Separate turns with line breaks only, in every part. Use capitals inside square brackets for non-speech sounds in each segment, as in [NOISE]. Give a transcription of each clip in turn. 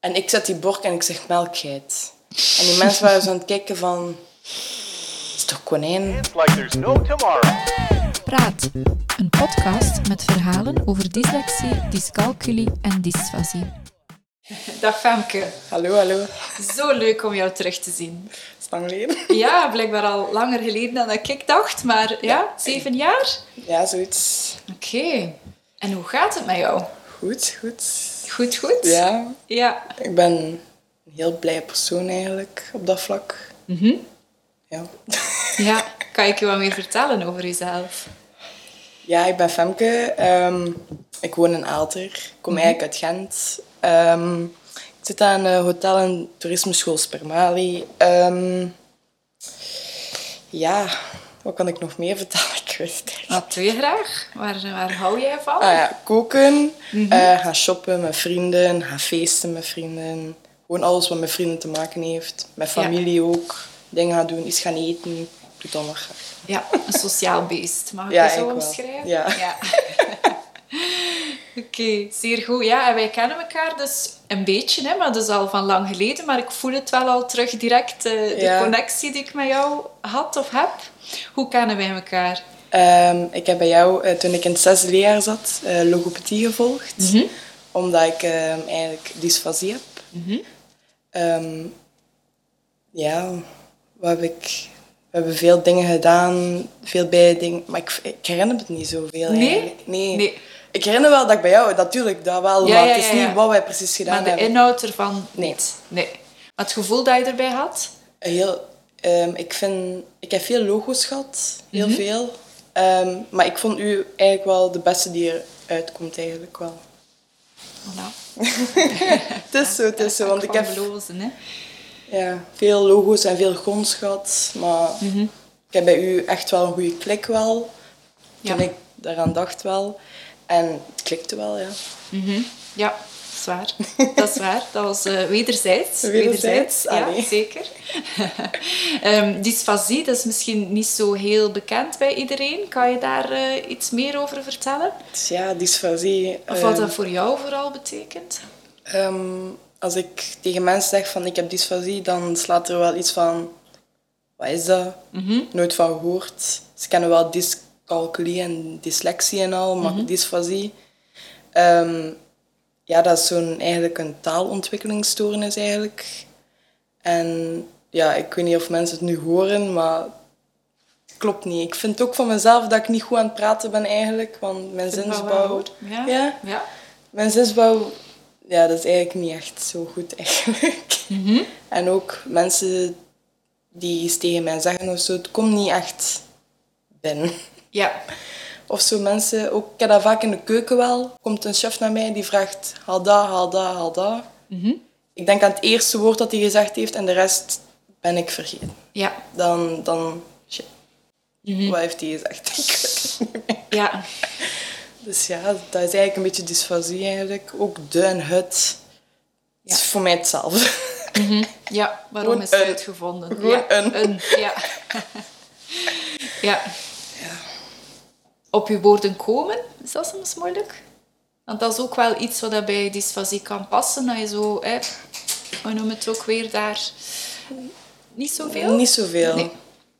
En ik zet die bork en ik zeg melkgeit. En die mensen waren zo aan het kijken van... "Het is toch konijn?
It's like there's no tomorrow.
Praat, een podcast met verhalen over dyslexie, dyscalculie en dysfasie.
Dag Femke,
Hallo, hallo.
zo leuk om jou terug te zien.
Is lang geleden?
Ja, blijkbaar al langer geleden dan dat ik dacht, maar ja, zeven jaar?
Ja, zoiets.
Oké, en hoe gaat het met jou?
Goed, goed.
Goed, goed?
Ja,
Ja,
ik ben een heel blij persoon eigenlijk, op dat vlak. Ja.
ja. kan ik je wat meer vertellen over jezelf?
Ja, ik ben Femke. Ehm, ik woon in Aalter. Ik kom eigenlijk uit Gent. Ehm, ik zit aan een hotel- en toerismeschool Spermali. Ehm, ja, wat kan ik nog meer vertellen? [LAUGHS] Ik weet het eigenlijk
Wat doe je graag? Waar, waar hou jij van?
Ah ja, koken, eh, gaan shoppen met vrienden, gaan feesten met vrienden. Gewoon alles wat met vrienden te maken heeft. Met
Ja.
familie ook. Dingen gaan doen, iets gaan eten. Ik doe het allemaal graag.
Ja, een sociaal beest, mag ik
Ja,
je zo
eigenlijk wel.
omschrijven?
Ja.
[LAUGHS] Oké, zeer goed. Ja, en wij kennen elkaar dus een beetje, hè, maar dat is al van lang geleden. Maar ik voel het wel al terug direct, eh, de
Ja.
connectie die ik met jou had of heb. Hoe kennen wij elkaar?
Ehm, ik heb bij jou, eh, toen ik in het zesde leerjaar zat, eh, logopedie gevolgd.
Mhm.
Omdat ik ehm, eigenlijk dysfasie heb.
Mhm.
Ehm, ja, wat heb ik... We hebben veel dingen gedaan, veel bij dingen... Maar ik, ik herinner me het niet zoveel
Nee?
eigenlijk. Nee.
Nee.
Ik herinner wel dat ik bij jou... Natuurlijk, dat wel.
Ja,
maar
ja,
het is
ja, ja.
niet wat wij precies gedaan
maar de
hebben.
inhoud ervan
Nee.
niet. Nee. Maar het gevoel dat je erbij had?
Heel, ehm, ik, vind, ik heb veel logo's gehad, heel
Mhm.
veel. Ehm, maar ik vond u eigenlijk wel de beste die eruit komt, eigenlijk wel.
Voilà.
Het is zo, het is zo, want ik
Van
heb
Blozen, hè.
ja, veel logo's en veel gons gehad. Maar
Mhm.
ik heb bij u echt wel een goede klik wel.
Ja.
Toen ik daaraan dacht wel. En het klikte wel, ja.
Ja, dat is waar. Dat is waar. Dat was eh, wederzijds.
Wederzijds,
ja,
allee.
zeker. [LAUGHS] Ehm dysfasie, dat is misschien niet zo heel bekend bij iedereen. Kan je daar eh, iets meer over vertellen?
Dus ja, dysfasie.
Of wat
ehm,
dat voor jou vooral betekent?
Ehm, als ik tegen mensen zeg van ik heb dysfasie, dan slaat er wel iets van... Wat is dat?
Mhm.
Nooit van gehoord. Ze kennen wel dyscalculie en dyslexie en al,
Mhm.
maar dysfasie... ehm, ja, dat is zo'n, eigenlijk een taalontwikkelingsstoornis eigenlijk. En ja, ik weet niet of mensen het nu horen, maar... het Klopt niet. Ik vind ook van mezelf dat ik niet goed aan het praten ben eigenlijk, want mijn
Vind ik wel
zinsbouw...
waar, hoor. Ja.
ja,
Ja.
mijn zinsbouw, ja, dat is eigenlijk niet echt zo goed eigenlijk. En ook mensen die iets tegen mij zeggen of zo, het komt niet echt binnen.
Ja.
Of zo mensen, ook, ik heb dat vaak in de keuken wel, komt een chef naar mij die vraagt, haal dat, haal dat, haal dat. Ik denk aan het eerste woord dat hij gezegd heeft en de rest ben ik vergeten.
Ja.
Dan, dan, shit. Wat heeft hij gezegd? [LAUGHS] Ik weet het
Ja.
Dus ja, dat is eigenlijk een beetje dysfasie eigenlijk. Ook de en het. Het is voor mij hetzelfde.
Ja, waarom
Gewoon
is het
een.
uitgevonden?
Gewoon
ja,
een. [LAUGHS]
Ja. ja. Op je woorden komen, is dat soms moeilijk? Want dat is ook wel iets wat dat bij dysfasie kan passen. Dat je zo, hè, we noemen het ook weer daar, niet zoveel.
Niet zoveel.
Nee.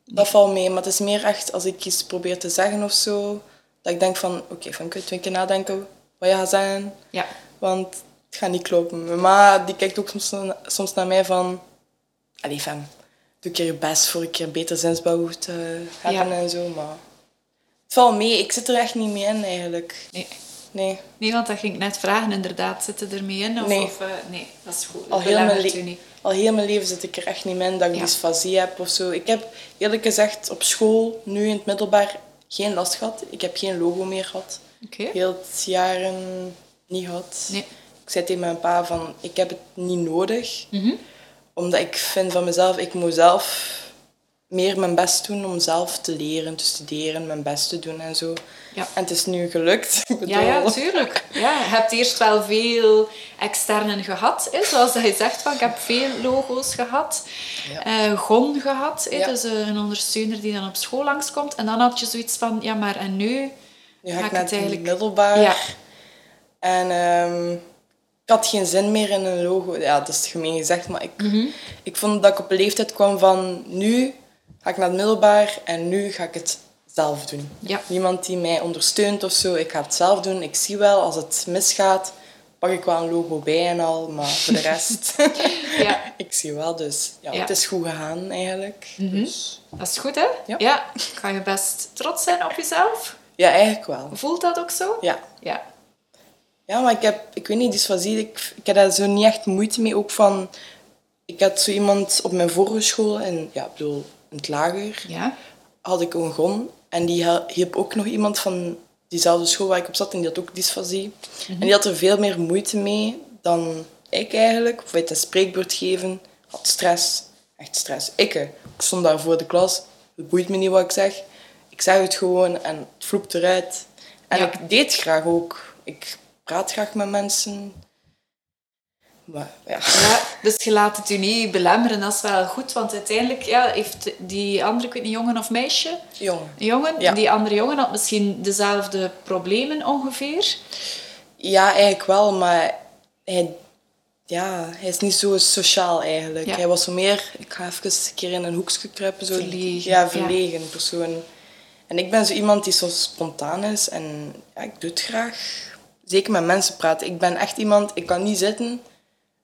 Dat valt mee, maar het is meer echt als ik iets probeer te zeggen of zo, dat ik denk van, oké, van kun je twee keer nadenken wat je gaat zeggen,
Ja,
want het gaat niet kloppen. Mijn ma, die kijkt ook soms, na- soms naar mij van, allee fam, doe een keer je best voor ik keer beter zinsbouw te hebben
Ja.
en zo, maar het valt mee. Ik zit er echt niet mee in eigenlijk.
nee.
Nee.
Nee, want dat ging ik net vragen, inderdaad. Zitten ermee in? Of,
Nee.
Of, eh, nee, dat is goed.
al
Dat
heel, mijn
belemmert u
le-
niet.
al heel mijn leven zit ik er echt niet meer in dat ik
Ja.
dysfasie heb of zo. Ik heb eerlijk gezegd op school, nu in het middelbaar, geen last gehad. Ik heb geen logo meer gehad.
Oké.
Heel het jaren niet gehad.
Nee.
Ik zei tegen mijn pa van, ik heb het niet nodig.
Mhm.
Omdat ik vind van mezelf, ik moet zelf meer mijn best doen om zelf te leren, te studeren, mijn best te doen en zo.
Ja.
En het is nu gelukt. [LAUGHS] Ik
Ja, ja,
bedoel,
tuurlijk. Ja, je hebt eerst wel veel externen gehad. Hè? Zoals dat je zegt, van, ik heb veel logo's gehad.
Ja.
eh, GON gehad, hè?
Ja.
dus eh, een ondersteuner die dan op school langskomt. En dan had je zoiets van, ja, maar en nu?
Nu ga ik naar
ik het
het
eigenlijk-
middelbaar.
Ja.
En ehm, ik had geen zin meer in een logo. Ja, dat is gemeen gezegd, maar ik,
Mhm.
ik vond dat ik op een leeftijd kwam van nu ga ik naar het middelbaar en nu ga ik het zelf doen.
Ja.
Niemand die mij ondersteunt of zo. Ik ga het zelf doen. Ik zie wel, als het misgaat, pak ik wel een logo bij en al, maar voor
[LAUGHS]
de rest,
Ja,
[LAUGHS] ik zie wel. Dus ja,
Ja. Mhm.
het is goed gegaan eigenlijk. Dus,
dat is goed, hè?
Ja.
Kan je best trots zijn op jezelf?
ja, eigenlijk wel.
Voelt dat ook zo?
Ja.
Ja.
Ja, maar ik heb, ik weet niet, dus dysfasie, ik, ik heb daar zo niet echt moeite mee. Ook van, ik had zo iemand op mijn vorige school, en ja, ik bedoel, in het lager,
Ja.
had ik een gon. En die hel- hielp ook nog iemand van diezelfde school waar ik op zat, en die had ook dysfasie.
Mhm.
En die had er veel meer moeite mee dan ik eigenlijk. Of weet een spreekbeurt geven, had stress, echt stress. Ik, hè, ik stond daar voor de klas, het boeit me niet wat ik zeg. Ik zeg het gewoon en het vloept eruit. En
Ja.
ik deed graag ook. Ik praat graag met mensen. Maar ja.
Ja, dus je laat het u niet belemmeren, dat is wel goed. Want uiteindelijk ja, heeft die andere, ik weet niet, jongen of meisje,
Jongen.
een jongen,
Ja.
die andere jongen had misschien dezelfde problemen ongeveer.
Ja, eigenlijk wel, maar hij, ja, hij is niet zo sociaal eigenlijk.
Ja.
Hij was zo meer, ik ga even een keer in een hoekje kruipen. Zo.
Verlegen, ja.
Ja, verlegen persoon. En ik ben zo iemand die soms spontaan is en ja, ik doe het graag. Zeker met mensen praten. Ik ben echt iemand, ik kan niet zitten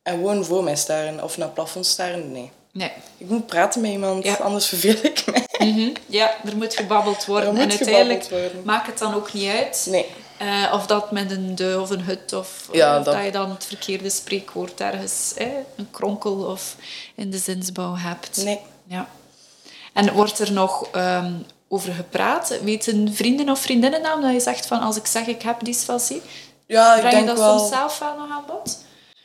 en gewoon voor mij staren of naar het plafond staren. Nee.
Nee.
Ik moet praten met iemand,
Ja. Mhm.
anders verveel ik mij.
Ja, er moet gebabbeld worden.
Er moet
en uiteindelijk
gebabbeld worden.
maakt het dan ook niet uit
Nee.
eh, of dat met een de of een hut of
Ja,
eh, of dat...
dat-
je dan het verkeerde spreekwoord ergens, eh, een kronkel of in de zinsbouw hebt.
Nee.
Ja. En wordt er nog ehm, over gepraat? Weten vrienden of vriendinnen dan dat je zegt van als ik zeg ik heb dysfasie,
Ja, ik
breng je
denk
dat
wel.
soms zelf wel nog aan bod?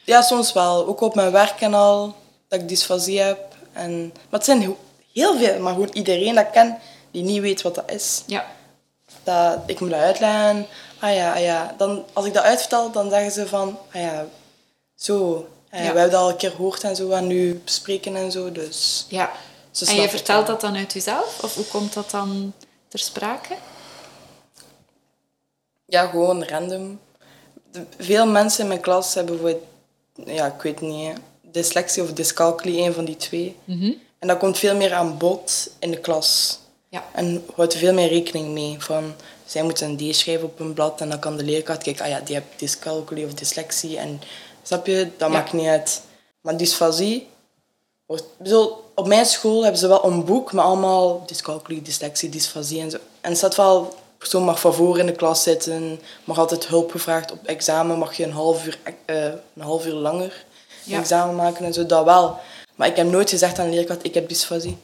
Ja, soms wel. Ook op mijn werk en al, dat ik dysfasie heb. En, maar het zijn heel- heel veel, maar gewoon iedereen dat ik ken die niet weet wat dat is.
Ja.
Dat, ik moet dat uitleggen. Ah ja, ah ja. Dan, als ik dat uitvertel, dan zeggen ze van, ah ja, zo. Ah ja,
Ja.
We hebben dat al een keer gehoord en zo, en nu bespreken en zo. Dus
ja.
Ze
En
snappen
je
het
vertelt
wel.
dat dan uit jezelf? Of hoe komt dat dan ter sprake?
ja, gewoon random. De- veel mensen in mijn klas hebben bijvoorbeeld, ja, ik weet niet, hè, dyslexie of dyscalculie, een van die twee.
Mhm.
En dat komt veel meer aan bod in de klas.
Ja.
En houdt er veel meer rekening mee. Van, zij moeten een D schrijven op een blad en dan kan de leerkracht kijken, ah ja, die heeft dyscalculie of dyslexie. En snap je, dat
Ja.
maakt niet uit. Maar dysfasie, wordt, ik bedoel, op mijn school hebben ze wel een boek, maar allemaal dyscalculie, dyslexie, dysfasie en zo. En er staat wel, persoon mag van voor in de klas zitten, mag altijd hulp gevraagd. Op examen mag je een half uur, eh, een half uur langer een
Ja.
examen maken en zo, dat wel. Maar ik heb nooit gezegd aan de leerkracht, ik heb dysfasie.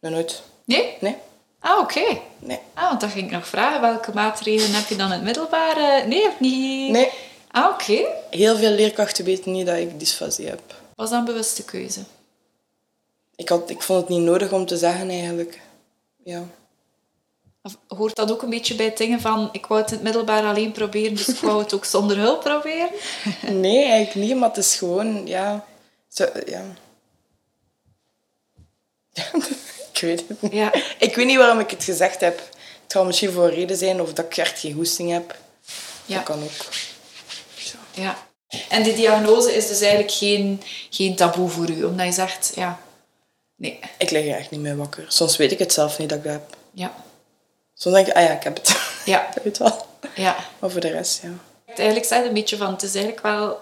Nee, nooit.
Nee?
Nee,
Ah, oké.
nee.
Ah, want dan ging ik nog vragen, welke maatregelen heb je dan in het middelbaar? eh, Nee, of niet?
Nee,
Ah, oké.
heel veel leerkrachten weten niet dat ik dysfasie heb.
Was dat een bewuste keuze?
Ik, had, ik vond het niet nodig om te zeggen eigenlijk. Ja.
Of hoort dat ook een beetje bij dingen van, ik wou het in het middelbaar alleen proberen, dus ik wou het ook zonder hulp
[LAUGHS]
proberen?
Nee, eigenlijk niet, maar het is gewoon, ja. Zo, ja. [LAUGHS] ik weet het niet.
Ja.
Ik weet niet waarom ik het gezegd heb. Het kan misschien voor een reden zijn of dat ik echt geen goesting heb.
Ja.
Dat kan ook.
Ja. En die diagnose is dus eigenlijk geen, geen taboe voor u, omdat je zegt, ja, nee,
Ik lig er echt niet mee wakker. Soms weet ik het zelf niet dat ik dat heb.
ja,
Soms denk ik, ah ja, ik heb het.
Ja.
[LAUGHS] Dat weet wel.
ja.
Maar voor de rest, ja.
Eigenlijk zei het een beetje van, het is eigenlijk wel,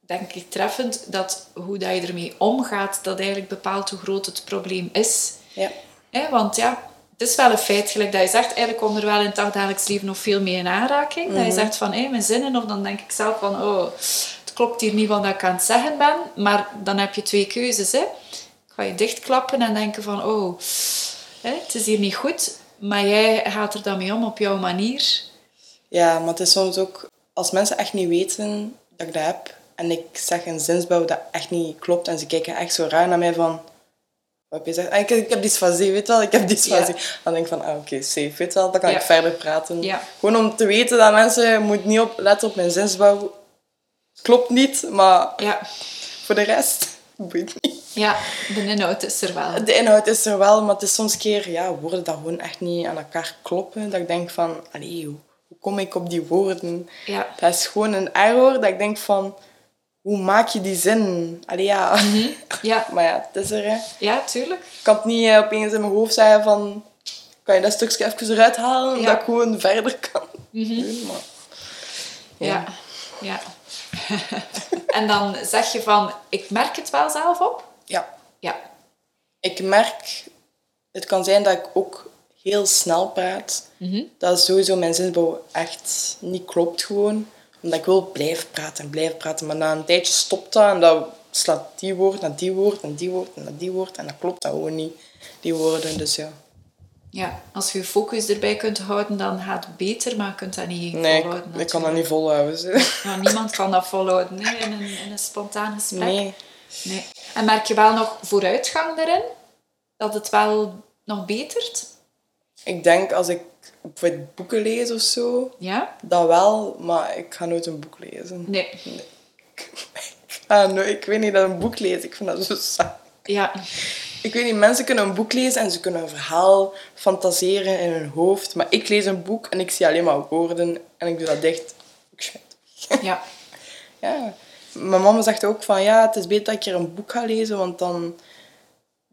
denk ik, treffend dat hoe dat je ermee omgaat, dat eigenlijk bepaalt hoe groot het probleem is.
Ja.
Hè, want ja, het is wel een feit, gelijk dat je zegt, eigenlijk komt er wel in het dagelijks leven nog veel mee in aanraking. Dat je zegt van, hé, mijn zinnen, of dan denk ik zelf van, oh, het klopt hier niet wat ik aan het zeggen ben. Maar dan heb je twee keuzes, hè. Ga je dichtklappen en denken van, oh, hè, het is hier niet goed. Maar jij gaat er dan mee om op jouw manier.
Ja, maar het is soms ook als mensen echt niet weten dat ik dat heb en ik zeg een zinsbouw dat echt niet klopt en ze kijken echt zo raar naar mij van wat heb je gezegd? Ah, Ik, ik heb dysfasie, weet je wel, ik heb dysfasie. Dan denk ik van, ah, oké, safe, weet je wel, dan kan
Ja.
ik verder praten.
Ja.
Gewoon om te weten dat mensen moet niet op, letten op mijn zinsbouw. Klopt niet, maar
Ja,
voor de rest, [LAUGHS] boeit niet.
ja de inhoud is er wel.
De inhoud is er wel, maar het is soms keer ja, woorden dat gewoon echt niet aan elkaar kloppen. Dat ik denk van, allee, hoe, hoe kom ik op die woorden?
Ja,
Dat is gewoon een error dat ik denk van... hoe maak je die zin? Allee, ja.
Mhm. Ja,
[LAUGHS] Maar ja, het is er, hè.
ja tuurlijk.
Ik kan het niet eh, opeens in mijn hoofd zeggen van... Kan je dat stukje even eruit halen,
Ja. Mhm.
dat ik gewoon verder kan doen, maar-
Ja. ja. [LAUGHS] en dan zeg je van, ik merk het wel zelf op.
Ja.
Ja.
Ik merk... Het kan zijn dat ik ook heel snel praat.
Mhm.
Dat is sowieso mijn zinsbouw echt niet klopt gewoon. Omdat ik wil blijven praten en blijven praten. Maar na een tijdje stopt dat en dat slaat die woord naar die woord en die woord en naar die woord. En dat klopt dat gewoon niet, die woorden. Dus ja.
Ja, als je je focus erbij kunt houden, dan gaat het beter, maar je kunt dat niet
Nee, ik,
volhouden.
ik kan dat
natuurlijk.
niet volhouden. zo.
Ja, niemand kan dat volhouden hè, in, een, in een spontaan gesprek.
Nee.
Nee. En merk je wel nog vooruitgang daarin? Dat het wel nog betert?
Ik denk als ik bijvoorbeeld boeken lees of zo,
Ja?
dan wel, maar ik ga nooit een boek lezen. [LAUGHS]
Nee.
Ik, ga nooit- ik weet niet dat een boek lezen, ik vind dat zo saai.
Ja.
Ik weet niet, mensen kunnen een boek lezen en ze kunnen een verhaal fantaseren in hun hoofd, maar ik lees een boek en ik zie alleen maar woorden en ik doe dat dicht. Ik schijt.
Ja.
Ja. Mijn mama zegt ook van ja, het is beter dat ik er een boek ga lezen, want dan,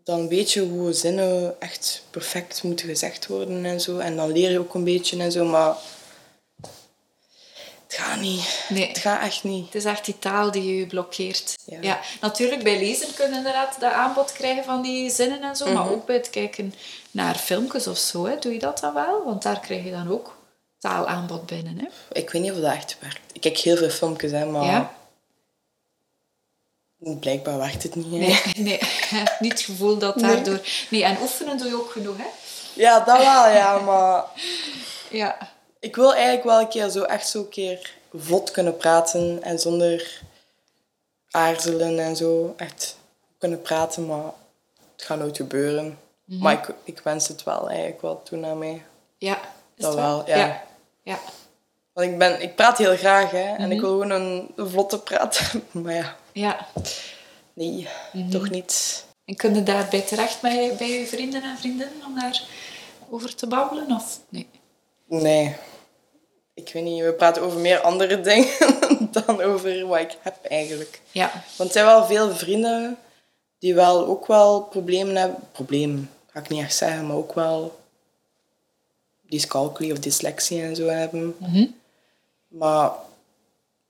dan weet je hoe zinnen echt perfect moeten gezegd worden en zo. En dan leer je ook een beetje en zo, maar het gaat niet.
Nee.
Het gaat echt niet.
Het is echt die taal die je blokkeert. Ja.
Ja.
Natuurlijk, bij lezen kunnen we inderdaad dat aanbod krijgen van die zinnen en zo.
Mhm.
Maar ook bij het kijken naar filmpjes of zo, hè, doe je dat dan wel? Want daar krijg je dan ook taalaanbod binnen. Hè?
Ik weet niet of dat echt werkt. Ik kijk heel veel filmpjes, hè, maar
Ja?
blijkbaar werkt het niet. hè.
Nee, [LAUGHS] nee. niet het gevoel dat daardoor... Nee. en oefenen doe je ook genoeg, hè?
Ja, dat wel, ja, maar
Ja.
ik wil eigenlijk wel een keer zo echt zo een keer vlot kunnen praten en zonder aarzelen en zo echt kunnen praten, maar het gaat nooit gebeuren. Maar ik, ik wens het wel eigenlijk wel nou toe naar mij.
Ja. Is
Dat
het
wel, ja.
Ja. ja.
Want ik, ben, ik praat heel graag hè, en ik wil gewoon een vlotte praat. [LAUGHS] maar ja,
ja.
nee, toch niet.
En kunnen daarbij terecht bij, je- bij je vrienden en vriendinnen om daarover te babbelen? Of? Nee.
Nee. Ik weet niet, we praten over meer andere [LAUGHS] dingen dan over wat ik heb eigenlijk.
Ja.
Want er zijn wel veel vrienden die wel ook wel problemen hebben. Probleem, ga ik niet echt zeggen, maar ook wel dyscalculie of dyslexie en zo hebben. Maar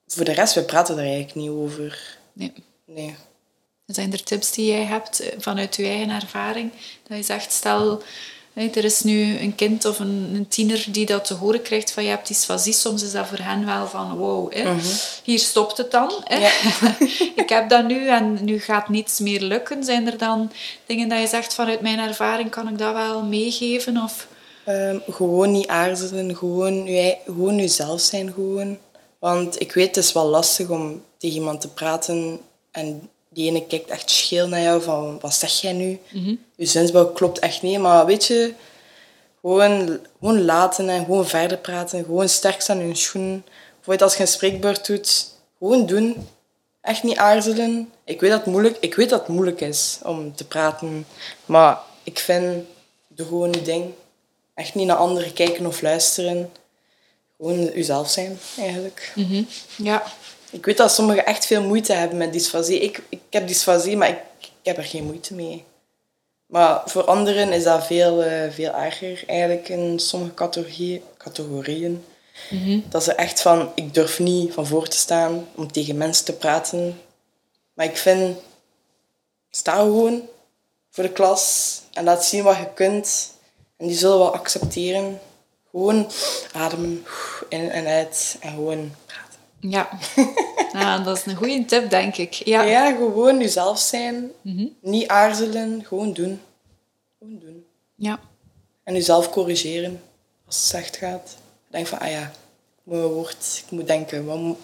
voor de rest, we praten er eigenlijk niet over.
Nee.
Nee.
Zijn er tips die jij hebt eh, vanuit je eigen ervaring? Dat je zegt, stel, hé, er is nu een kind of een, een tiener die dat te horen krijgt van je hebt dysfasie. Soms is dat voor hen wel van, wow, hè, hier stopt het dan. Hè? [LAUGHS] Ik heb dat nu en nu gaat niets meer lukken. Zijn er dan dingen dat je zegt, vanuit mijn ervaring kan ik dat wel meegeven? Of,
Ehm, gewoon niet aarzelen, gewoon, je ei- gewoon jezelf zijn. Gewoon. Want ik weet, het is wel lastig om tegen iemand te praten en die ene kijkt echt scheel naar jou van wat zeg jij nu? Je zinsbouw klopt echt niet, maar weet je, gewoon, gewoon laten en gewoon verder praten. Gewoon sterk staan in je schoenen. Bijvoorbeeld als je een spreekbeurt doet, gewoon doen. Echt niet aarzelen. Ik weet dat het moeilijk, ik weet dat het moeilijk is om te praten, maar ik vind, doe gewoon je ding. Echt niet naar anderen kijken of luisteren. Gewoon jezelf zijn, eigenlijk.
ja,
Ik weet dat sommigen echt veel moeite hebben met dysfasie. Ik, ik heb dysfasie, maar ik, ik heb er geen moeite mee. Maar voor anderen is dat veel, eh, veel erger, eigenlijk, in sommige categorie- categorieën. Dat ze echt van, ik durf niet van voor te staan om tegen mensen te praten. Maar ik vind, sta gewoon voor de klas en laat zien wat je kunt. En die zullen wel accepteren. Gewoon ademen, in en uit en gewoon praten.
[LAUGHS] ja. Ah, dat is een goede tip, denk ik. ja. Mhm.
Ja, gewoon jezelf zijn. Niet aarzelen, gewoon doen. Gewoon doen.
ja.
En jezelf corrigeren als het slecht gaat. Denk van, ah ja, ik moet, een woord, ik moet denken, wat, mo-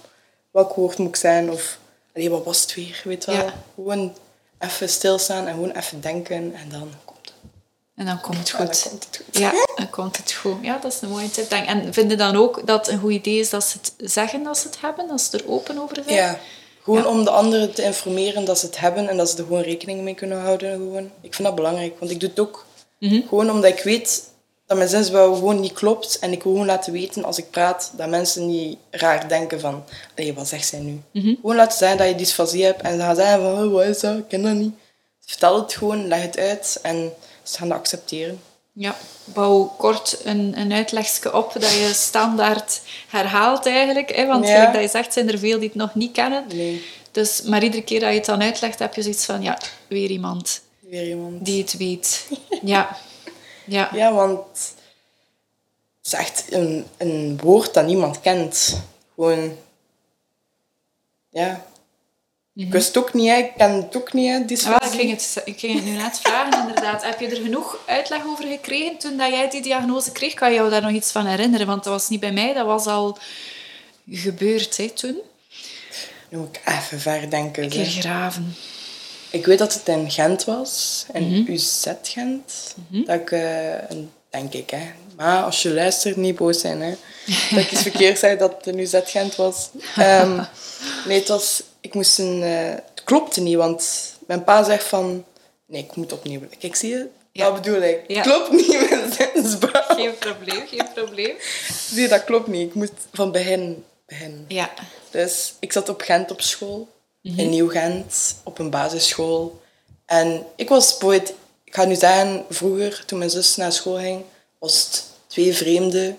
welk woord moet ik zijn? Of, allee, wat was het weer, weet wel.
Ja.
Gewoon even stilstaan en gewoon even denken. En dan komt het.
En dan komt het
En dan
goed.
komt het goed.
Ja, dan komt het goed. Ja, dat is een mooie tip. Denk. En vinden dan ook dat het een goed idee is dat ze het zeggen dat ze het hebben, dat ze er open over zijn?
Ja. Gewoon
Ja.
om de anderen te informeren dat ze het hebben en dat ze er gewoon rekening mee kunnen houden. Gewoon. Ik vind dat belangrijk, want ik doe het ook. Gewoon omdat ik weet dat dat mijn zinsbouw gewoon niet klopt. En ik wil gewoon laten weten als ik praat dat mensen niet raar denken van... Allee, wat zegt zij nu? Gewoon laten zijn dat je dysfasie hebt. En ze gaan zeggen van, oh, wat is dat? Ik ken dat niet. Vertel het gewoon, leg het uit. En ze gaan dat accepteren.
Ja, bouw kort een, een uitlegje op dat je standaard herhaalt eigenlijk. Hè? Want
Ja.
gelijk dat je zegt, zijn er veel die het nog niet kennen.
Nee,
Dus, maar iedere keer dat je het dan uitlegt, heb je zoiets van, ja, weer iemand
weer iemand.
die
[LAUGHS]
het weet. Ja, ja, ja.
Ja, want het is echt een, een woord dat niemand kent. Gewoon, ja. Ik wist het ook niet, hè. ik ken het ook niet, hè,
Ah, wel, ik,
dysfasie.
ging het, ik ging het nu net vragen, inderdaad. Heb je er genoeg uitleg over gekregen toen dat jij die diagnose kreeg? Kan je jou daar nog iets van herinneren? Want dat was niet bij mij, dat was al gebeurd hè, toen.
Nu moet ik even verdenken.
Een
zeg.
keer graven.
Ik weet dat het in Gent was, in
Mhm.
UZ Gent. Dat ik, eh, een- denk ik, hè. Maar als je luistert, niet boos zijn,
[LAUGHS]
hè. Dat ik iets verkeerd zei dat het in UZ Gent was. Ehm, nee, het was... Ik moest een... eh, het klopte niet, want mijn pa zegt van... Nee, ik moet opnieuw... Kijk, zie je?
Ja.
Dat bedoel ik.
Ja.
Klopt niet, [LAUGHS] mijn zinsbouw.
Geen probleem, geen probleem.
Zie je, dat klopt niet. Ik moet van begin beginnen.
Ja,
Dus ik zat op Gent op school, in Nieuw-Gent, op een basisschool. En ik was poëet. Ik ga nu zeggen, vroeger, toen mijn zus naar school ging, was het twee vreemden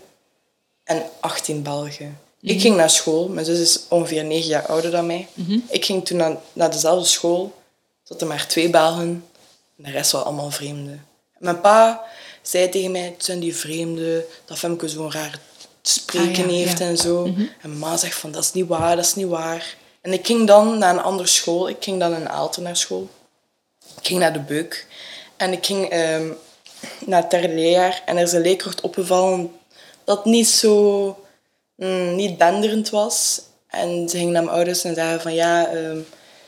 en 18 Belgen.
Mhm.
Ik ging naar school, mijn zus is ongeveer 9 jaar ouder dan mij. Ik ging toen naar, naar dezelfde school, tot er maar twee Belgen en de rest waren allemaal vreemden. Mijn pa zei tegen mij, het zijn die vreemden, dat Femke zo'n raar spreken
Ah, ja,
heeft
ja.
en zo. En mijn ma zegt van, dat is niet waar, dat is niet waar. En ik ging dan naar een andere school. Ik ging dan in Aalten naar school. Ik ging naar de Beuk. En ik ging ehm, naar het derde leerjaar. En er is een leerkracht opgevallen dat niet zo... mm, niet denderend was. En ze ging naar mijn ouders en zeiden van... Ja, ehm,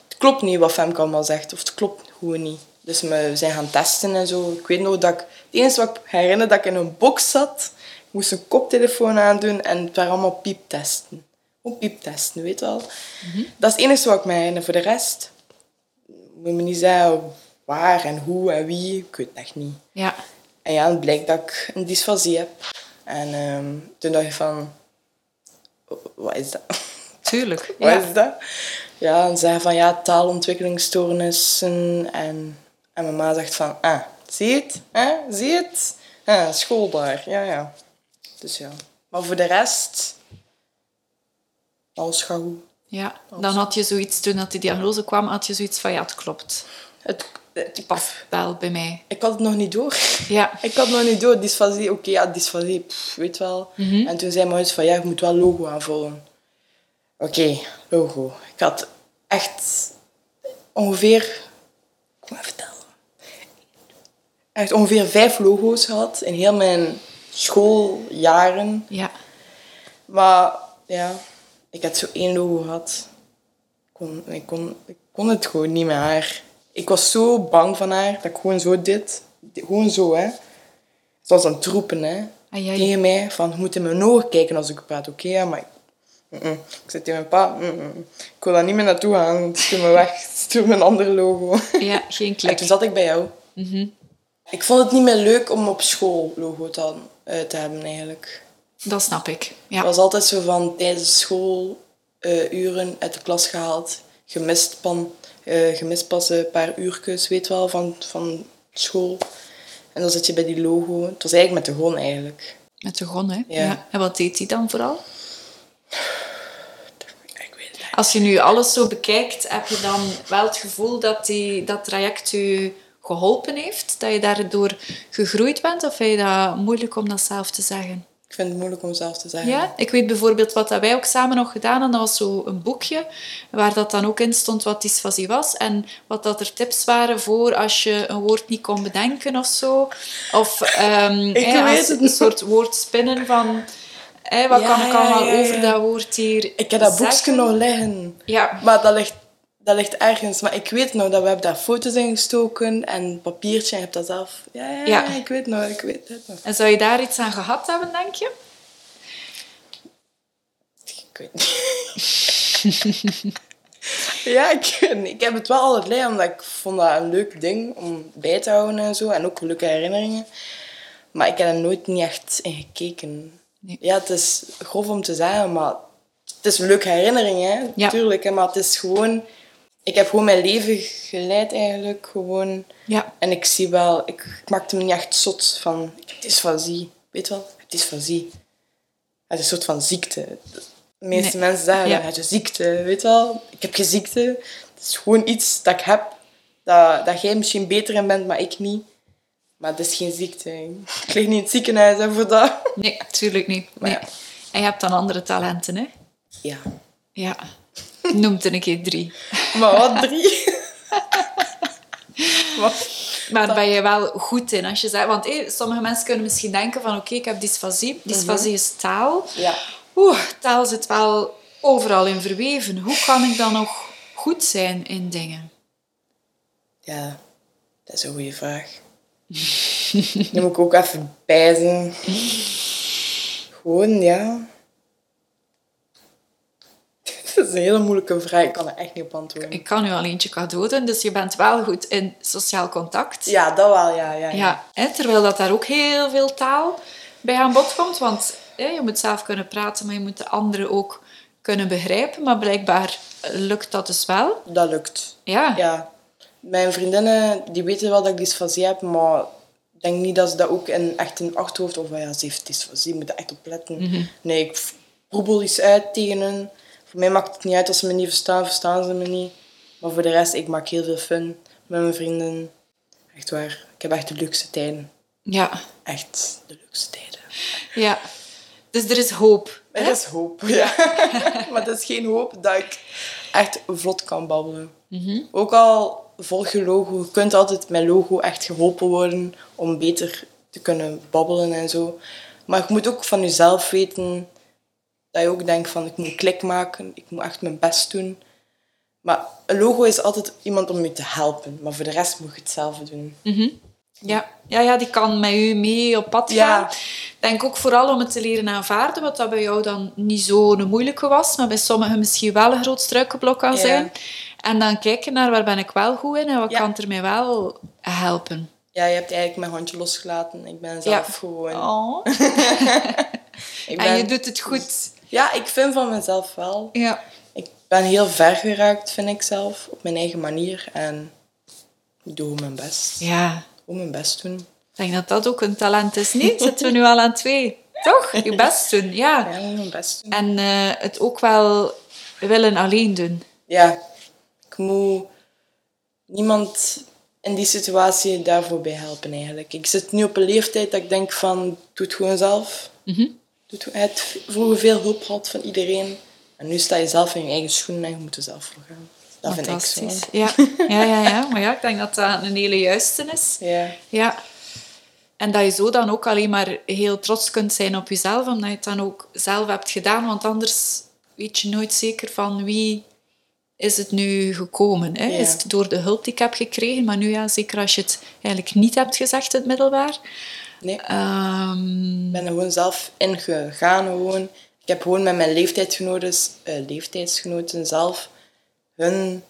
het klopt niet wat Femke allemaal zegt. Of het klopt gewoon niet. Dus we zijn gaan testen en zo. Ik weet nog dat ik... Het enige wat ik herinner dat ik in een box zat. Ik moest een koptelefoon aandoen. En het waren allemaal pieptesten. Gewoon pieptesten, weet wel. Dat is het enige wat ik me herinner. Voor de rest moet me niet zeggen waar en hoe en wie. Ik weet het echt niet.
ja.
En ja, het blijkt dat ik een dysfasie heb. En ehm, toen dacht ik van... "Oh, Wat is dat? [LAUGHS]
Tuurlijk.
Wat
Ja.
is dat? Ja, en zei van ja, taalontwikkelingsstoornissen. En, en mijn ma zegt van... Ah, zie je het? Hè? Zie je het? Ah, schoolbaar. Ja, ja. Dus ja. Maar voor de rest... Alles gaat goed.
ja, dan had je zoiets, toen dat die diagnose kwam, had je zoiets van, ja, het klopt.
Het, het,
Past wel bij mij.
ik had het nog niet door.
Ja,
[LAUGHS] Ik had nog niet door, dysfasie, oké, ja, dysfasie, pff, weet wel. En toen zei mijn huis van, ja, je moet wel logo aanvullen. Oké, logo. Ik had echt ongeveer, kom maar vertellen, echt ongeveer vijf logo's gehad in heel mijn schooljaren.
ja.
Maar ja, ik had zo één logo gehad. Ik kon, ik kon, ik kon het gewoon niet met haar. Ik was zo bang van haar dat ik gewoon zo dit, dit- gewoon zo hè. Ze was aan het roepen hè.
Ai, ai.
Tegen mij van, je moet in mijn ogen kijken als ik praat, oké ja, maar... ik- mm-mm. Ik zei tegen mijn pa, mm-mm. ik wil daar niet meer naartoe gaan. Stuur me weg, [LAUGHS] stuur me een ander logo.
Ja, geen
En
klik.
toen zat ik bij jou.
Mhm.
Ik vond het niet meer leuk om op school logo te, eh, te hebben eigenlijk.
Dat snap ik.
Ik
Ja.
was altijd zo van tijdens schooluren uit de klas gehaald. Gemist, pan, eh, gemist pas een paar uurtjes, weet wel, van, van school. En dan zit je bij die logo. Het was eigenlijk met de gon eigenlijk.
Met de gon, hè.
Ja.
Ja. En wat deed die dan vooral?
Ik weet het
Als je nu alles zo bekijkt, heb je dan wel het gevoel dat die, dat traject je geholpen heeft? Dat je daardoor gegroeid bent? Of vind je dat moeilijk om dat zelf te zeggen?
Ik vind het moeilijk om zelf te zeggen.
Ja, ik weet bijvoorbeeld wat dat wij ook samen nog gedaan hebben. Dat was zo een boekje waar dat dan ook in stond wat dysfasie was en wat dat er tips waren voor als je een woord niet kon bedenken of zo. Of ehm,
Ik
hè,
weet
als
het
een
nog.
soort woordspinnen van hè, wat
Ja,
kan ik
ja,
allemaal
ja,
over
ja.
dat woord hier
Ik heb dat boekje
zeggen?
nog liggen.
Ja,
Maar dat ligt, dat ligt ergens. Maar ik weet nog dat we hebben daar foto's in gestoken en papiertje. En je hebt dat zelf. Ja, ja, ja,
Ja.
ik weet nog, ik weet het nog.
en zou je daar iets aan gehad hebben, denk je?
Ik weet niet. [LAUGHS] ja, ik, weet niet. ik heb het wel altijd leren, omdat ik vond dat een leuk ding om bij te houden en zo. En ook leuke herinneringen. Maar ik heb er nooit niet echt in gekeken.
Nee.
Ja, het is grof om te zeggen, maar het is een leuke herinnering, hè?
Ja.
Tuurlijk, hè? maar het is gewoon... Ik heb gewoon mijn leven geleid eigenlijk, gewoon.
Ja.
En ik zie wel... Ik, ik maakte me niet echt zot van... Ik heb dysfasie. Weet je wel? Ik heb dysfasie. Het is een soort van ziekte. De meeste
Nee.
mensen zeggen,
Ja.
ja. je ziekte, weet je wel? Ik heb geen ziekte. Het is gewoon iets dat ik heb, dat, dat jij misschien beter in bent, maar ik niet. Maar het is geen ziekte. Ik lig niet in het ziekenhuis hè, voor dat.
Nee, natuurlijk niet.
Maar
Nee.
ja.
En je hebt dan andere talenten, hè?
Ja.
Ja. [LAUGHS] Noem er een keer drie.
Maar wat
[LAUGHS]
drie? Wat?
Maar ben je wel goed in als je zegt... Want hé, sommige mensen kunnen misschien denken van... Oké, ik heb dysfasie. Dysfasie is taal.
Mhm. Ja.
Oeh, taal zit wel overal in verweven. Hoe kan ik dan nog goed zijn in dingen?
Ja, dat is een goede vraag. [LAUGHS] Nu moet ik ook even bijzen. Gewoon, ja. [LAUGHS] Dat is een hele moeilijke vraag. Ik kan er echt niet op antwoorden.
Ik kan nu al eentje cadeau doen, dus je bent wel goed in sociaal contact.
Ja, dat wel, ja. ja, ja.
Ja, hè, terwijl dat daar ook heel veel taal bij aan bod komt. Want hè, je moet zelf kunnen praten, maar je moet de anderen ook kunnen begrijpen. Maar blijkbaar lukt dat dus wel.
Dat lukt.
Ja, ja.
Ja. Mijn vriendinnen, die weten wel dat ik dysfasie heb, maar ik denk niet dat ze dat ook in, echt in achterhoofd of van, ja, ze heeft dysfasie, je moet daar echt op letten. Nee, ik proebel iets uit tegen hen. Voor mij maakt het niet uit als ze me niet verstaan, verstaan ze me niet. Maar voor de rest, ik maak heel veel fun met mijn vrienden. Echt waar. Ik heb echt de leukste tijden.
ja.
Echt de leukste tijden.
Dus er is hoop.
Er
hè?
is hoop, ja. [LAUGHS] maar het is geen hoop dat ik echt vlot kan babbelen.
Mhm.
Ook al volg je logo, je kunt altijd met logo echt geholpen worden om beter te kunnen babbelen en zo. Maar je moet ook van jezelf weten dat je ook denkt van ik moet klik maken, ik moet echt mijn best doen. Maar een logo is altijd iemand om je te helpen, maar voor de rest moet je het zelf doen.
Mhm. Ja. Ja, ja, die kan met u mee op pad
Ja.
gaan. Ik Denk ook vooral om het te leren aanvaarden, wat dat bij jou dan niet zo'n moeilijke was, maar bij sommigen misschien wel een groot struikenblok kan
Ja.
zijn. En dan kijken naar waar ben ik wel goed in en wat
Ja.
kan er mij wel helpen.
Ja, je hebt eigenlijk mijn handje losgelaten. Ik ben zelf gewoon.
Oh.
Ik
En
ben-
je doet het goed.
Ja, ik vind van mezelf wel.
Ja.
Ik ben heel ver geraakt, vind ik zelf, op mijn eigen manier. En ik doe mijn best. Ik
Ja.
doe mijn best doen.
Ik denk dat dat ook een talent is, niet? [LAUGHS] Zitten we nu al aan twee. Toch? Je best doen, ja.
Ja, mijn best doen.
En eh, het ook wel willen alleen doen.
Ja, ik moet niemand in die situatie daarvoor bij helpen eigenlijk. Ik zit nu op een leeftijd dat ik denk van, doe het gewoon zelf.
Mhm.
Doe het, hij had vroeger veel hulp gehad van iedereen. En nu sta je zelf in je eigen schoenen en je moet er zelf voor gaan. Dat vind ik zo. [LAUGHS]
Fantastisch. Ja. Ja, ja, ja. Maar ja, ik denk dat dat een hele juiste is.
Ja.
Ja. En dat je zo dan ook alleen maar heel trots kunt zijn op jezelf, omdat je het dan ook zelf hebt gedaan. Want anders weet je nooit zeker van wie is het nu gekomen. Hè?
Ja.
Is het door de hulp die ik heb gekregen? Maar nu ja, zeker als je het eigenlijk niet hebt gezegd in het middelbaar.
Nee.
Ehm,
Ik ben er gewoon zelf in gegaan. Gewoon. Ik heb gewoon met mijn leeftijdsgenoten, eh, leeftijdsgenoten zelf hun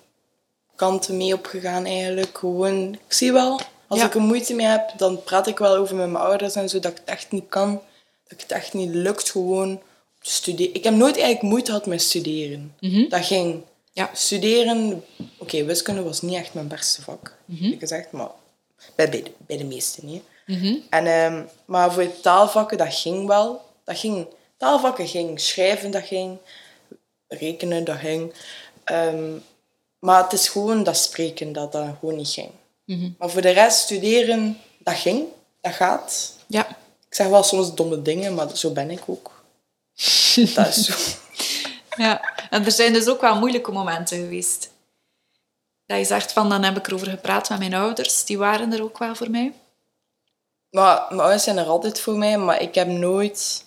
kanten mee opgegaan eigenlijk. Gewoon, ik zie wel, als
Ja.
ik er moeite mee heb, dan praat ik wel over met mijn ouders en zo, dat ik het echt niet kan. Dat het echt niet lukt gewoon te studeren. Ik heb nooit eigenlijk moeite gehad met studeren. Dat ging.
Ja.
Studeren, oké, wiskunde was niet echt mijn beste vak, eerlijk gezegd, maar bij, bij, de, bij de meesten niet. En, ehm, maar voor taalvakken, dat ging wel. Dat ging, taalvakken ging, schrijven dat ging, rekenen dat ging. Ehm, maar het is gewoon dat spreken dat dat gewoon niet ging. Maar voor de rest, studeren, dat ging, dat gaat.
ja.
Ik zeg wel soms domme dingen, maar zo ben ik ook. dat is zo.
ja. En er zijn dus ook wel moeilijke momenten geweest. Dat je zegt van, dan heb ik erover gepraat met mijn ouders. Die waren er ook wel voor mij.
Maar mijn ouders zijn er altijd voor mij, maar ik heb nooit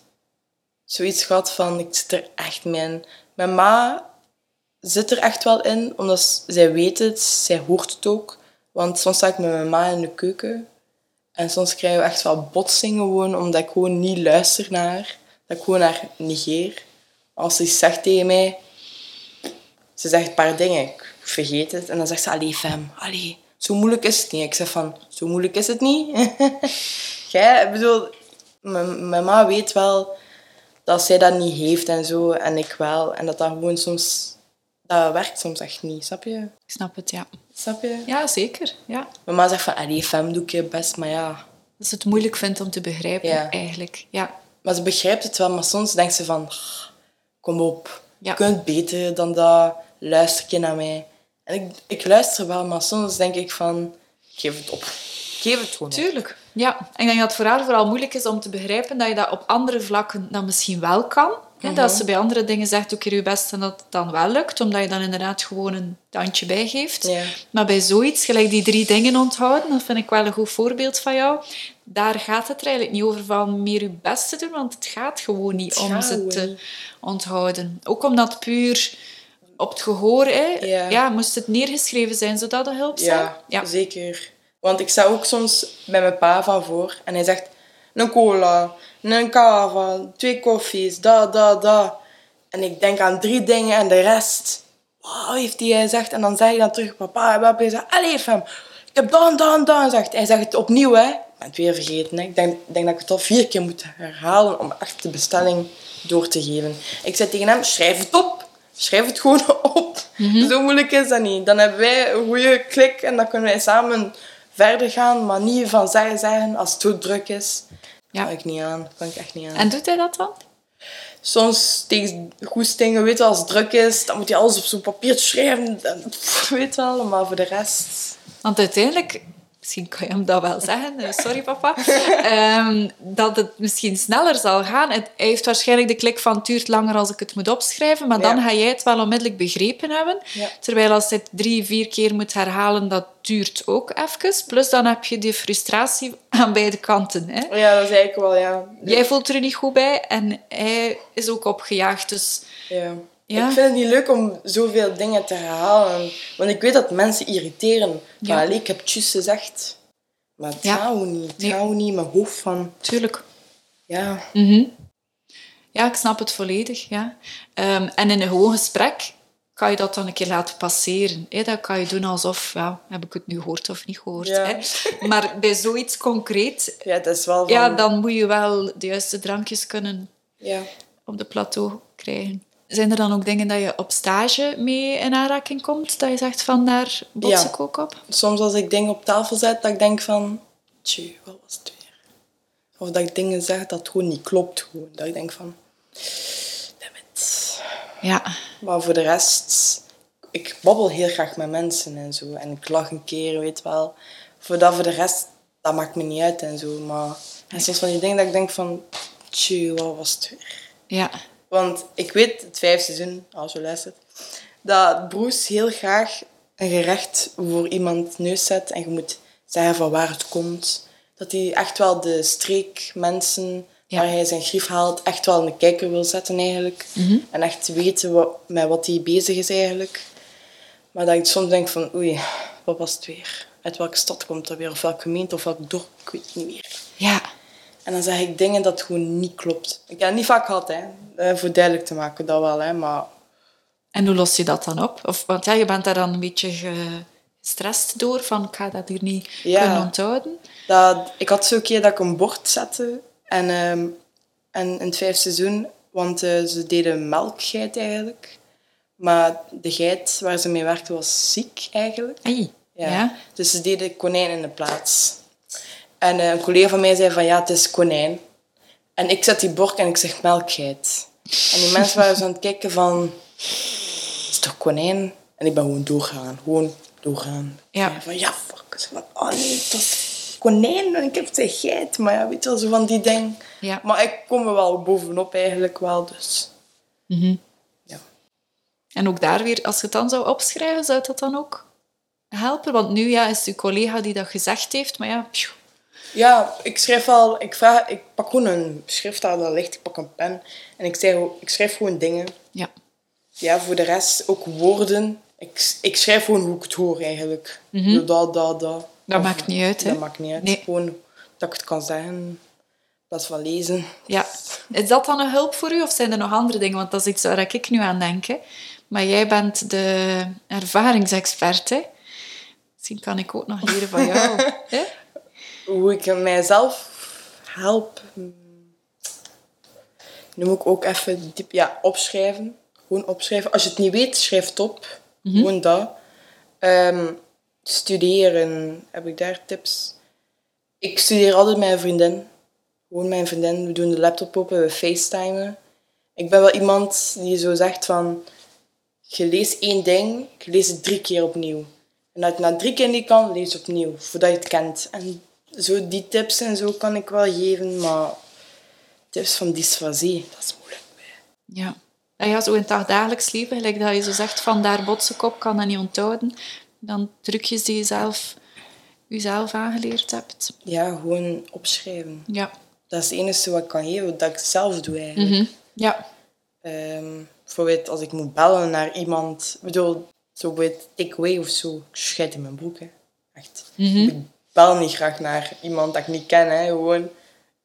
zoiets gehad van ik zit er echt mee in. Mijn ma zit er echt wel in, omdat z- zij weet het, zij hoort het ook. Want soms sta ik met mijn ma in de keuken en soms krijgen we echt wel botsingen gewoon, omdat ik gewoon niet luister naar haar. Dat ik gewoon haar negeer. Als ze iets zegt tegen mij, ze zegt een paar dingen, ik vergeet het. En dan zegt ze, allee fem, allee, zo moeilijk is het niet. [LAUGHS] Ik zeg van, zo moeilijk is het niet. jij, ik bedoel, mijn mijn ma weet wel dat zij dat niet heeft en zo, en ik wel. En dat dat gewoon soms, dat werkt soms echt niet, snap je?
Ik snap het, ja.
Snap je?
Ja, zeker. Ja.
Mijn ma zegt van, allee, fem, doe ik je best, maar ja.
Dat ze het moeilijk vindt om te begrijpen,
Ja.
eigenlijk. Ja.
Maar ze begrijpt het wel, maar soms denkt ze van, "Ah, kom op,
Ja.
je kunt beter dan dat, luister je naar mij. En ik, ik luister wel, maar soms denk ik van, geef het op. Geef het gewoon op.
Tuurlijk. Ja. En ik denk dat het voor haar vooral moeilijk is om te begrijpen dat je dat op andere vlakken dan misschien wel kan. Hè,
Mhm.
Dat ze bij andere dingen zegt, doe keer je best en dat het dan wel lukt. Omdat je dan inderdaad gewoon een tandje bijgeeft.
Ja.
Maar bij zoiets, gelijk die drie dingen onthouden, dat vind ik wel een goed voorbeeld van jou. Daar gaat het er eigenlijk niet over van meer je best te doen, want het gaat gewoon niet
Het
om
gaat
ze
gewoon
te
niet.
onthouden. Ook omdat puur op het gehoor, hè,
Ja.
ja, moest het neergeschreven zijn, zodat de hulp zijn.
Ja, zeker. Want ik sta ook soms bij mijn pa van voor en hij zegt een cola, een cava, twee koffies, da, da, da. En ik denk aan drie dingen en de rest. Wauw, heeft hij gezegd. En dan zeg ik dan terug, papa, en papa zegt, allee fam, ik heb dan, dan, dan gezegd. Hij zegt het opnieuw, hè. Ik ben het weer vergeten, hè. Ik denk, ik denk dat ik het al vier keer moet herhalen om echt de bestelling door te geven. Ik zei tegen hem, schrijf het op. Schrijf het gewoon [LAUGHS] op.
Mhm.
Zo moeilijk is dat niet. Dan hebben wij een goede klik en dan kunnen wij samen verder gaan. Maar niet van zeggen, zeggen als het zo druk is.
Ja.
Kan ik niet aan. Kan ik echt niet aan.
En doet hij dat dan?
Soms tegen goestingen, weet je wel, als het druk is, dan moet je alles op zo'n papiertje schrijven. En, pff, weet wel, maar voor de rest...
Want uiteindelijk, misschien kan je hem dat wel zeggen, eh, sorry papa, ehm, dat het misschien sneller zal gaan. Het, hij heeft waarschijnlijk de klik van het duurt langer als ik het moet opschrijven, maar dan
Ja.
ga jij het wel onmiddellijk begrepen hebben.
Ja.
Terwijl als je het drie, vier keer moet herhalen, dat duurt ook even. Plus dan heb je die frustratie aan beide kanten. Hè?
Ja, dat is eigenlijk wel, ja.
Jij voelt er niet goed bij en hij is ook opgejaagd. Dus
Ja.
Ja.
Ik vind het niet leuk om zoveel dingen te herhalen. Want ik weet dat mensen irriteren.
Ja.
Maar allee, ik heb tjus gezegd. Maar het
Ja.
gaat ook niet. Het
Nee.
gaat ook niet in mijn hoofd van...
tuurlijk,
Ja.
Mhm. Ja, ik snap het volledig. Ja. Ehm, en in een gewoon gesprek kan je dat dan een keer laten passeren. Hè? Dat kan je doen alsof, ja, heb ik het nu gehoord of niet gehoord.
Ja.
Hè? Maar bij zoiets concreet,
Ja, het is wel van...
ja, dan moet je wel de juiste drankjes kunnen
Ja.
op de plateau krijgen. Zijn er dan ook dingen dat je op stage mee in aanraking komt? Dat je zegt, van daar bots
Ja.
ik ook op?
Soms als ik dingen op tafel zet, dat ik denk van... Tjie, wat was het weer? Of dat ik dingen zeg dat gewoon niet klopt. Gewoon. Dat ik denk van... Damn it.
Ja.
Maar voor de rest... Ik babbel heel graag met mensen en zo. En ik lach een keer, weet wel. Voor dat voor de rest, dat maakt me niet uit en zo. Maar en soms van die dingen dat ik denk van... Tjie, wat was het weer?
ja.
Want ik weet, het vijfde seizoen, als je luistert, dat Broes heel graag een gerecht voor iemand neus zet en je moet zeggen van waar het komt. Dat hij echt wel de streek mensen
Ja.
waar hij zijn grief haalt, echt wel een kijker wil zetten eigenlijk. En echt weten wat, met wat hij bezig is eigenlijk. Maar dat ik soms denk van, oei, wat was het weer? Uit welke stad komt dat weer? Of welke gemeente of welk dorp? Ik weet het niet meer.
Ja.
En dan zeg ik dingen dat gewoon niet klopt. Ik heb het niet vaak gehad, hè. Eh, voor duidelijk te maken, dat wel, hè. Maar
En hoe los je dat dan op? Of, want ja, je bent daar dan een beetje ge- gestrest door, van ik ga dat hier niet
Ja.
kunnen onthouden.
dat, ik had zo'n keer dat ik een bord zette. En, ehm, en in het vijfde seizoen, want eh, ze deden melkgeit eigenlijk. Maar de geit waar ze mee werkte was ziek eigenlijk.
Ai. Ja.
Ja. Dus ze deden konijn in de plaats. En eh, een collega van mij zei van ja, het is konijn. En ik zet die bork en ik zeg melkgeit. En die mensen waren zo aan het kijken van, het is toch konijn? En ik ben gewoon doorgaan, gewoon doorgaan.
Ja.
En van ja, fuck. Zo van, oh nee, het was konijn en ik heb de geit. Maar ja, weet je wel, zo van die ding.
Ja.
Maar ik kom er wel bovenop eigenlijk wel, dus.
En ook daar weer, als je het dan zou opschrijven, zou dat dan ook helpen? Want nu ja, is je collega die dat gezegd heeft, maar ja, pjoe.
Ja, ik schrijf al, ik, vraag, ik pak gewoon een schrift aan dat ligt, ik pak een pen en ik, zeg, ik schrijf gewoon dingen.
ja.
Ja, voor de rest ook woorden. Ik, ik schrijf gewoon hoe ik het hoor eigenlijk. Doe Dat, dat, dat.
Mhm. Dat
Of-
maakt niet uit, hè?
Dat maakt niet uit.
Nee.
Gewoon dat ik het kan zeggen, in plaats van lezen.
ja. Is dat dan een hulp voor u of zijn er nog andere dingen? Want dat is iets waar ik nu aan denk. Hè. Maar jij bent de ervaringsexpert, hè? Misschien kan ik ook nog leren van jou. hè?
Hoe ik mijzelf help. Hmm. Nu moet ik ook even diep, ja, opschrijven. Gewoon opschrijven. Als je het niet weet, schrijf het op. Gewoon dat. Ehm, studeren, heb ik daar tips? Ik studeer altijd met een vriendin. Gewoon mijn vriendin. We doen de laptop open, we facetimen. Ik ben wel iemand die zo zegt van... Je leest één ding, je leest het drie keer opnieuw. En als je na drie keer niet kan, lees het opnieuw, voordat je het kent. En zo die tips en zo kan ik wel geven, maar tips van dysfasie, dat is moeilijk.
Ja. En ja, zo in het dagelijks leven, gelijk dat je zo zegt van daar botse kop, kan dat niet onthouden. Dan trucjes die je zelf, jezelf aangeleerd hebt.
Ja, gewoon opschrijven.
Ja.
Dat is het enige wat ik kan geven, dat ik zelf doe eigenlijk.
Mhm. Ja.
Ehm, bijvoorbeeld als ik moet bellen naar iemand, ik bedoel, zo weet takeaway of zo, ik scheid in mijn broek, hè. Echt. Ik bel niet graag naar iemand dat ik niet ken, hè. Gewoon,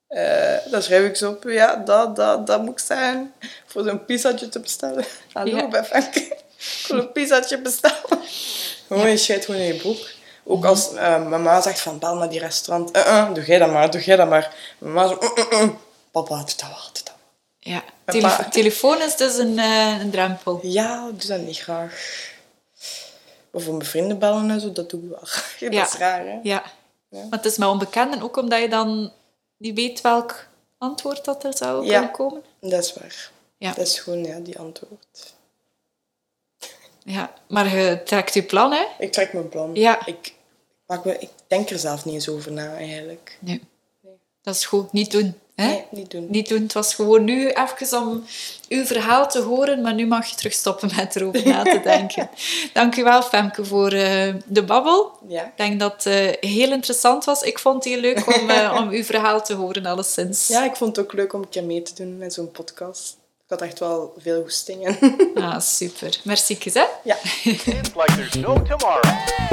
eh dan schrijf ik zo op, ja, dat, dat, dat moet ik zijn. Voor zo'n pizzatje te bestellen. [LAUGHS] Hallo,
Ja.
ik ben Femke. [LAUGHS] Ik wil een pizzatje bestellen. Gewoon, je scheidt gewoon in je broek. Ook als eh, mama zegt van, bel naar die restaurant. Eh, eh, doe jij dat maar, doe jij dat maar. Mama zo, "Mm, mm, mm." Papa, doe dat wel, doe dat wel.
ja.
Een
Telef-
paar.
telefoon is dus een, eh, een drempel.
Ja, ik doe dat niet graag. Of om mijn vrienden bellen en zo, dat doe ik wel. [LAUGHS] dat
Ja.
is raar, hè?
Ja. Want het is met onbekenden ook omdat je dan niet weet welk antwoord dat er zou
Ja.
kunnen komen.
Dat is waar.
Ja.
Dat is gewoon ja, die antwoord.
Ja. Maar je trekt je plan, hè?
Ik trek mijn plan.
Ja.
Ik, maak me, ik denk er zelf niet eens over na, eigenlijk.
Nee. Dat is goed. Niet doen. Hè?
Nee, niet doen.
Niet doen. Het was gewoon nu even om uw verhaal te horen, maar nu mag je terug stoppen met erover na te
[LAUGHS]
denken. Dankjewel, Femke, voor eh, de babbel.
Ja.
Ik denk dat het heel interessant was. Ik vond het heel leuk
[LAUGHS]
om, eh, om uw verhaal te horen, alleszins.
Ja, ik vond het ook leuk om een keer mee te doen met zo'n podcast. Ik had echt wel veel goestingen.
Ah, super. Merci, hè?
[LAUGHS] ja.
It's like there's no tomorrow.